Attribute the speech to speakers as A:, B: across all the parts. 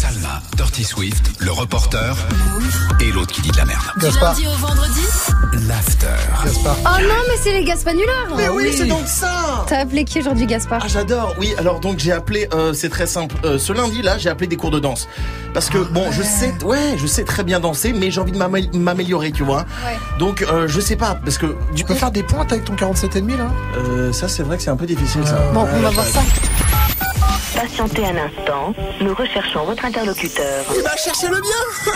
A: Rihanna, Dirty Swift, le reporter et l'autre qui dit de la merde.
B: Du
C: Gaspard.
B: lundi au vendredi
A: L'after.
C: Gaspard.
D: Oh non, mais c'est les Gaspanulars
C: Mais Ah oui, c'est donc ça
D: T'as appelé qui aujourd'hui, Gaspard
C: Ah j'adore, oui, alors donc j'ai appelé, euh, c'est très simple, Euh, ce lundi là j'ai appelé des cours de danse. Parce que bon, je sais, Ah ouais, je sais très bien danser, mais j'ai envie de m'amé- m'améliorer, tu vois.
D: Ouais.
C: Donc euh, je sais pas, parce que
E: Tu peux faire des pointes avec ton 47,5 là
C: euh, ça c'est vrai que c'est un peu difficile ça.
D: Bon, on va voir ça.
F: Patientez un instant, nous recherchons votre interlocuteur.
C: Eh bah cherchez-le bien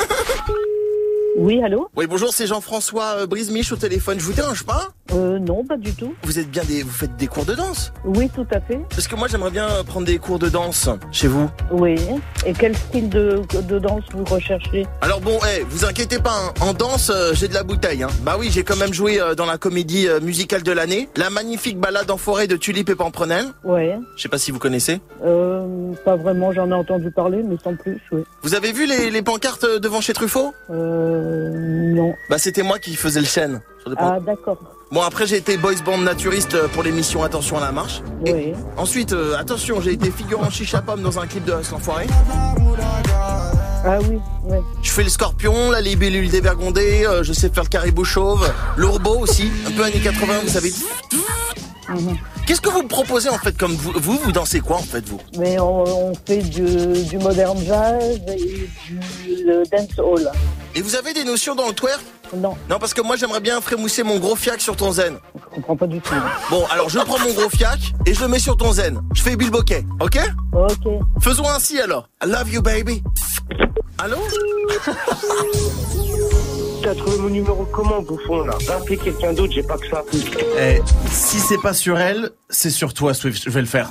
G: Oui, allô
C: Oui bonjour, c'est Jean-François euh, Brisemiche au téléphone, je vous dérange pas
G: euh, Non, pas du tout.
C: Vous êtes bien des. vous faites des cours de danse
G: Oui, tout à fait.
C: Parce que moi j'aimerais bien euh, prendre des cours de danse chez vous.
G: Oui. Et quel style de, de danse vous recherchez
C: Alors bon, eh, vous inquiétez pas, hein. en danse, euh, j'ai de la bouteille. Hein. Bah oui, j'ai quand même joué euh, dans la comédie euh, musicale de l'année, la magnifique balade en forêt de Tulipe et Pamprenelle.
G: Ouais.
C: Je sais pas si vous connaissez.
G: Euh, pas vraiment, j'en ai entendu parler, mais sans plus, oui.
C: Vous avez vu les, les pancartes euh, devant chez Truffaut
G: Euh, non.
C: Bah c'était moi qui faisais le chêne. sur les pancartes.
G: Ah, d'accord.
C: Bon après j'ai été boys band naturiste euh, pour l'émission Attention à la marche. Et
G: Oui.
C: ensuite, euh, attention, j'ai été figurant chicha pomme dans un clip de Hustle Enfoiré.
G: Ah oui, ouais.
C: Je fais le scorpion, la libellule dévergondée, euh, je sais faire le caribou chauve, l'ourbeau aussi, un peu années 80, vous savez. Qu'est-ce que vous me proposez en fait comme vous Vous, vous dansez quoi en fait vous
G: Mais on, on fait du, du modern jazz et du euh, dance hall.
C: Et vous avez des notions dans le twerk
G: Non,
C: Non, parce que moi j'aimerais bien frémousser mon gros fiac sur ton zen.
G: je comprends pas du tout.
C: Bon, alors je prends mon gros fiac et je le mets sur ton zen. Je fais Bill Bokeh, ok
G: Ok.
C: Faisons ainsi alors. I love you baby. Allô
H: T'as trouvé mon numéro comment, bouffon, là Va appeler quelqu'un d'autre, j'ai pas que ça.
C: Si c'est pas sur elle, c'est sur toi Swift, je vais le faire.